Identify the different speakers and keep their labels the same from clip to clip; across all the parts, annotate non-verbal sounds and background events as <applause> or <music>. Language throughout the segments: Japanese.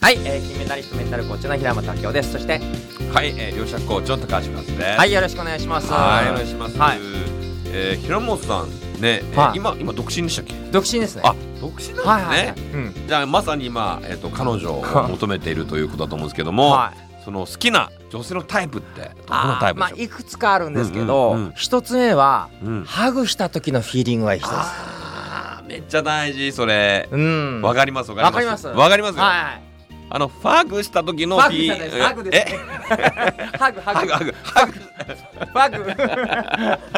Speaker 1: はい、えー、金メダリストメンタルコーチの平本明夫です。そして、
Speaker 2: はい、えー、両者コーチの高橋和です。、
Speaker 1: はいい、よろしくお願いします。
Speaker 2: はい、お願いします。
Speaker 1: は
Speaker 2: はいい、えー、平本さんね、えー
Speaker 1: はい
Speaker 2: 今今独身でしたっけ？
Speaker 1: 独身ですね。
Speaker 2: あ、独身なんですね。
Speaker 1: はいはいはい。うん。
Speaker 2: じゃあまさに今えっ、と彼
Speaker 1: <laughs>
Speaker 2: 女を求めているということだと思うんですけども、
Speaker 1: はい。
Speaker 2: その好きな女性のタイプってどんな
Speaker 1: あ
Speaker 2: タイ
Speaker 1: ー
Speaker 2: プで
Speaker 1: ま
Speaker 2: しょ
Speaker 1: あ、
Speaker 2: う
Speaker 1: いくつかあるんですけど、
Speaker 2: うんうんうん
Speaker 1: 一つ目は、
Speaker 2: うん
Speaker 1: ハグした時のフィーリングがいい人です。
Speaker 2: あーめっちゃ大事それ。
Speaker 1: うん。
Speaker 2: わ
Speaker 1: わ
Speaker 2: かりますわか
Speaker 1: かり
Speaker 2: りま
Speaker 1: ますす。
Speaker 2: わかりますよ、
Speaker 1: はい。
Speaker 2: あのファグした時の
Speaker 1: ハグ
Speaker 2: ひ
Speaker 1: じゃないです。ハグです、ね。 <laughs> ハグ、ハ
Speaker 2: ハ
Speaker 1: グ
Speaker 2: グ、ハグ、ハ
Speaker 1: <laughs>
Speaker 2: グ、
Speaker 1: ハグ。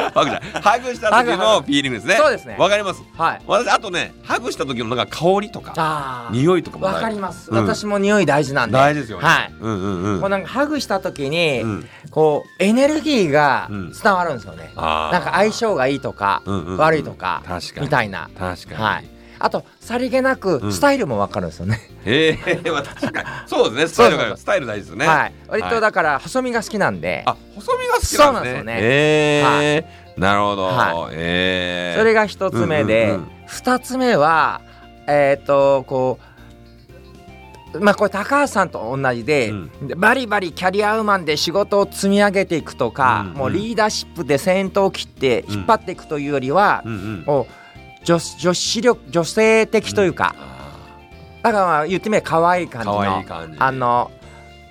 Speaker 1: <laughs>
Speaker 2: ハグじゃない。ハグした時のフィーリングですね。
Speaker 1: そうですね
Speaker 2: わかります。
Speaker 1: はい。
Speaker 2: 私あとね、ハグした時のなんか香りとか
Speaker 1: ああ。
Speaker 2: 匂いとかも
Speaker 1: わ
Speaker 2: 大
Speaker 1: か
Speaker 2: 事
Speaker 1: ります。
Speaker 2: うん
Speaker 1: 私も匂い大事なんで。
Speaker 2: 大事ですよね。
Speaker 1: はい。
Speaker 2: うんうんう。
Speaker 1: こうんなんかハグした時に、
Speaker 2: うん
Speaker 1: こうエネルギーが
Speaker 2: うん
Speaker 1: 伝わるんですよね。
Speaker 2: あー
Speaker 1: なんか相性がいいとか、
Speaker 2: うんうんうん
Speaker 1: 悪いとか
Speaker 2: 確かに
Speaker 1: みたいな。
Speaker 2: 確かに。
Speaker 1: はい。あとさりげな
Speaker 2: う
Speaker 1: く
Speaker 2: ん
Speaker 1: スタイルもわかるんですよね。
Speaker 2: ええ、 <laughs> まあ確かに。そうですね。スタ
Speaker 1: そ
Speaker 2: イル
Speaker 1: うそうそう
Speaker 2: がスタイル大事ですよね。
Speaker 1: はい。割
Speaker 2: は
Speaker 1: と
Speaker 2: い
Speaker 1: だから細身が好きなんで、
Speaker 2: あ、細身が好き
Speaker 1: そうな
Speaker 2: なんん
Speaker 1: で
Speaker 2: ですす
Speaker 1: よ
Speaker 2: ね。
Speaker 1: ね
Speaker 2: ええ、なるほ
Speaker 1: は
Speaker 2: ど。ええ。
Speaker 1: それが一つ目
Speaker 2: うん
Speaker 1: で
Speaker 2: うんうん、
Speaker 1: 二、つ目はえっ、とこう。まあこれ高橋さんと同じで、
Speaker 2: うん
Speaker 1: バリバリキャリアウーマンで仕事を積み上げていくとか、
Speaker 2: うんうん
Speaker 1: もうリーダーシップで先頭を切って引っ張っていくというよりは、
Speaker 2: うんうん。
Speaker 1: もう女女子力女性的というか、
Speaker 2: あ
Speaker 1: だからまあ言ってみれば可愛い
Speaker 2: ー
Speaker 1: 感じ
Speaker 2: 可
Speaker 1: の
Speaker 2: 愛い感じ。
Speaker 1: あの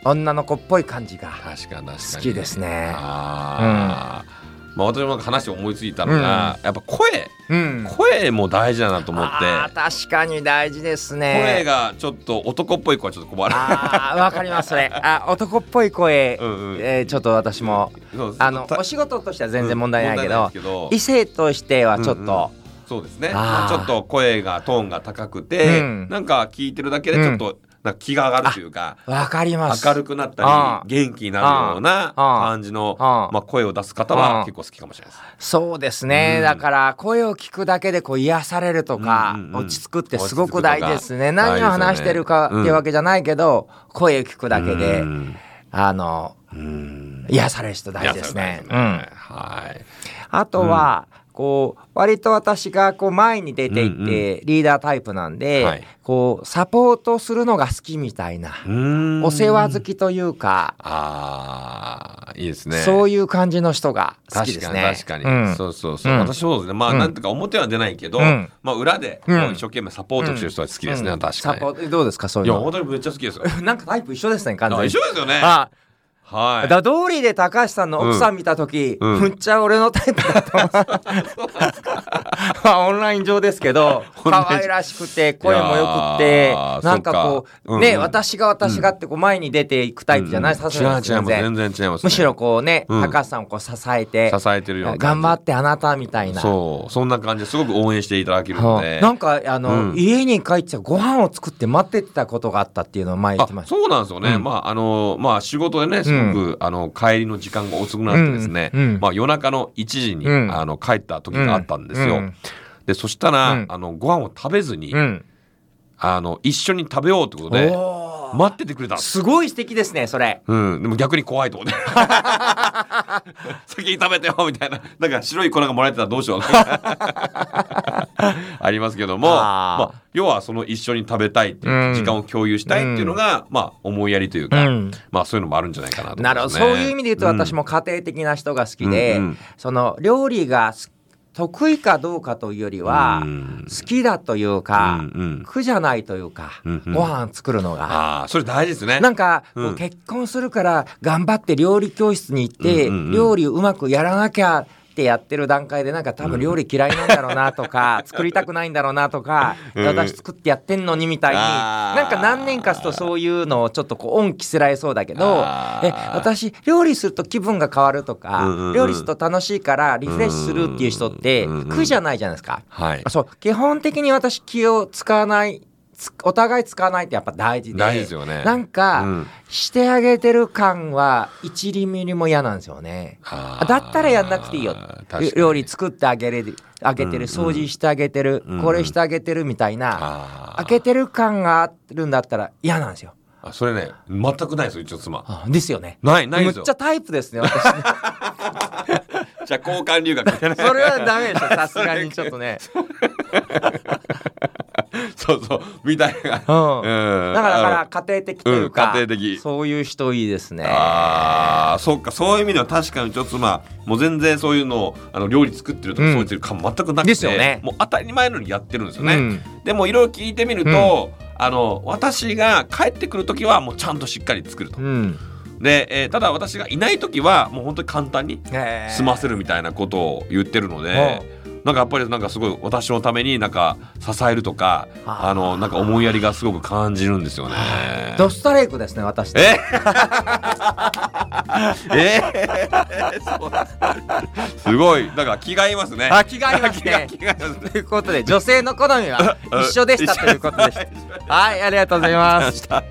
Speaker 1: 女の子っぽい感じが
Speaker 2: 確かに確かに。
Speaker 1: 好きですね。
Speaker 2: ああ。まあ私もなんか話を思いついたのが、やっぱ声、
Speaker 1: うん、
Speaker 2: 声も大事だなと思っ
Speaker 1: あ
Speaker 2: て
Speaker 1: ー。確かに大事です
Speaker 2: 声
Speaker 1: ね。
Speaker 2: がちょっと男っぽい子はちょっと困る。
Speaker 1: あーわかりますね。あ男っぽい声、
Speaker 2: うんうん
Speaker 1: えーちょっと私も
Speaker 2: そうです
Speaker 1: あの
Speaker 2: た
Speaker 1: お仕事としては全然問題ないけ
Speaker 2: うん
Speaker 1: ど、
Speaker 2: 問題ないで
Speaker 1: 異
Speaker 2: す
Speaker 1: 性としてはちょっと、
Speaker 2: けどそうですね
Speaker 1: あー
Speaker 2: ちょっと声がトーンが高くて、
Speaker 1: うん
Speaker 2: なんか聞いてるだけでちょっとなんか気が上がるというか、
Speaker 1: わかります。
Speaker 2: 明るくなった
Speaker 1: あー
Speaker 2: り元気になるような
Speaker 1: あー
Speaker 2: 感じの
Speaker 1: あー
Speaker 2: まあ、声を出す方
Speaker 1: あー
Speaker 2: は結構好きかもしれないです。
Speaker 1: そうですね、
Speaker 2: うん
Speaker 1: だから声を聞くだけでこう癒されるとか、
Speaker 2: うんうんうん
Speaker 1: 落ち着くってすごく大事ですね
Speaker 2: 落ち着くとか
Speaker 1: 何を話してるかっていうわけじゃないけど、声を聞くだけで、
Speaker 2: うん
Speaker 1: あの
Speaker 2: うん
Speaker 1: 癒される人大事ですね
Speaker 2: いや
Speaker 1: う
Speaker 2: それ大事で
Speaker 1: ん、
Speaker 2: はい。
Speaker 1: あとは、こう割と私がこう前に出ていって、
Speaker 2: うんうん
Speaker 1: リーダータイプなんで、
Speaker 2: はい
Speaker 1: こうサポートするのが好きみたいな、
Speaker 2: うん
Speaker 1: お世話好。きというか、
Speaker 2: ああいいですね。
Speaker 1: そういう感じの人が好き
Speaker 2: 確
Speaker 1: で
Speaker 2: か
Speaker 1: す
Speaker 2: に
Speaker 1: ね。
Speaker 2: 確かに、
Speaker 1: うん
Speaker 2: そうそうそう、
Speaker 1: うん
Speaker 2: 私もそうですねまあ、
Speaker 1: うん
Speaker 2: なんとか表は出ないけど、
Speaker 1: うん
Speaker 2: まあ裏で
Speaker 1: う
Speaker 2: こうん一生懸命サポートしてる人は好きですね、
Speaker 1: うん
Speaker 2: 確
Speaker 1: サ
Speaker 2: かに
Speaker 1: ポートどうですかそう
Speaker 2: い
Speaker 1: いう
Speaker 2: や
Speaker 1: の
Speaker 2: 本当にめっちゃ好きですよ
Speaker 1: なんかタイプ一緒ですね完全
Speaker 2: あ
Speaker 1: に
Speaker 2: 一緒ですよね
Speaker 1: あ
Speaker 2: はい
Speaker 1: だ通りで高橋さんの奥さん見た時、
Speaker 2: うんうん
Speaker 1: むっちゃ俺のタイプだと思
Speaker 2: <laughs>
Speaker 1: うまあオンライン上ですけど
Speaker 2: オンライン
Speaker 1: 可愛らしくて声もよくって
Speaker 2: いやー
Speaker 1: なんかこ
Speaker 2: そっ
Speaker 1: う
Speaker 2: かうん
Speaker 1: ね、
Speaker 2: うん
Speaker 1: 私が私がってこう前に出ていくタイプじゃない、
Speaker 2: うん
Speaker 1: さ
Speaker 2: 違
Speaker 1: すが
Speaker 2: う
Speaker 1: に
Speaker 2: 違うもう全然違います、ね、
Speaker 1: むしろこうね、
Speaker 2: うん
Speaker 1: 高橋さんをこう支えて
Speaker 2: 支えてるような
Speaker 1: 頑張ってあなたみたいな。
Speaker 2: そうそんな感じですごく応援していただけるの
Speaker 1: は
Speaker 2: で
Speaker 1: いなんかあの、
Speaker 2: うん
Speaker 1: 家に帰ってご飯を作って待ってたことがあったっていうのを前言
Speaker 2: あ
Speaker 1: ってました。
Speaker 2: そうなんですよね、
Speaker 1: うん
Speaker 2: まああのまあ仕事でねすごく、あの帰りの時間が遅くなってですね、
Speaker 1: うんうん
Speaker 2: まあ夜中の1時に、
Speaker 1: うん
Speaker 2: あの帰った時があったんですよ、
Speaker 1: うん
Speaker 2: でそしたら、
Speaker 1: うん
Speaker 2: あのご飯を食べずに、
Speaker 1: うん
Speaker 2: あの一緒に食べようってことで
Speaker 1: おー
Speaker 2: 待っててくれたんです
Speaker 1: すごい素敵ですねそれ。
Speaker 2: うん、でも逆に怖いと思って。先に食べてよみたいな。なんか白い粉がもらえてたらどうし <laughs> よう。ありますけども、
Speaker 1: あー
Speaker 2: まあ、要はその一緒に食べたいっていう、
Speaker 1: うん
Speaker 2: 時間を共有したいっていうのが、まあ、思いやりというか、
Speaker 1: うん
Speaker 2: まあ、そういうのもあるんじゃないかなと思
Speaker 1: なるほど、そういう意味で言うと私
Speaker 2: も、
Speaker 1: も家庭的な人が好きで、
Speaker 2: うんうん
Speaker 1: その料理がす得意かどうかというよりは、
Speaker 2: うん
Speaker 1: 好きだというか、
Speaker 2: うんうん
Speaker 1: 苦じゃないというか、
Speaker 2: うんうん
Speaker 1: ご飯作るのが。
Speaker 2: ああ、それ大事ですね。
Speaker 1: なんか、
Speaker 2: うん
Speaker 1: こう結婚するから頑張って料理教室に行って、
Speaker 2: うんうんうん
Speaker 1: 料理うまくやらなきゃってやってる段階でなんか多分料理嫌いなんだろうなとか、
Speaker 2: <laughs>
Speaker 1: 作りたくないんだろうなとか、
Speaker 2: うん
Speaker 1: 私作ってやってんのにみたいに
Speaker 2: あー
Speaker 1: なんか何年かするとそういうのをちょっとこう恩着せられそうだけど
Speaker 2: あー
Speaker 1: え私料理すると気分が変わるとか、
Speaker 2: うんうんうん
Speaker 1: 料理すると楽しいからリフレッシュするっていう人って
Speaker 2: うんうんうん
Speaker 1: 苦じゃないじゃないですか。
Speaker 2: はい。
Speaker 1: そう基本的に私気を使わないつお互い使わないってやっぱ大事で
Speaker 2: 大事ですよね。
Speaker 1: なんか、
Speaker 2: うん
Speaker 1: してあげてる感は一厘ミリも嫌なんですよね。
Speaker 2: あー
Speaker 1: だったらやんなくていいよ
Speaker 2: 確かに
Speaker 1: 料理作ってあげれるあげてる掃除してあげてる、
Speaker 2: んうん
Speaker 1: これしてあげてるみたいな、
Speaker 2: あー
Speaker 1: 開けてる感があるんだったら嫌なんですよ。
Speaker 2: あそれね、全くないですよ、うちの妻。
Speaker 1: あですよね。
Speaker 2: ない、ない
Speaker 1: むっ
Speaker 2: ですよ
Speaker 1: ち。ゃタイプですね私
Speaker 2: <laughs> じゃあ交換留学みたいな。
Speaker 1: それはダメでしょさすがにちょっとね
Speaker 2: そうそうみたいな、
Speaker 1: うん
Speaker 2: うん
Speaker 1: だからだから家庭的というか、
Speaker 2: うん家庭的
Speaker 1: そういう人いいですね
Speaker 2: あーそっかそういう意味では確かにちょっとまあもう全然そういうのをあの料理作ってるとか、
Speaker 1: うん
Speaker 2: そういう感全くなくて
Speaker 1: ですよね
Speaker 2: もう当たり前のようにやってるんですよね、
Speaker 1: うん
Speaker 2: でもいろいろ聞いてみると、あの私が帰ってくる時はもうちゃんとしっかり作ると、
Speaker 1: うん
Speaker 2: で、えーただ私がいない時はもう本当に簡単に
Speaker 1: へー
Speaker 2: 済ませるみたいなことを言ってるので、なんかやっぱりなんかすごい私のためになんか支えるとか
Speaker 1: あー
Speaker 2: あのなんか思いやりがすごく感じるんですよね。
Speaker 1: ドストレイクですね私
Speaker 2: ええそうすごいだから気が合いますね。
Speaker 1: あ気が合いますね
Speaker 2: 気が合いますね。
Speaker 1: ということで女性の好みは一緒でしたということでしたはいありがとうございます
Speaker 2: した。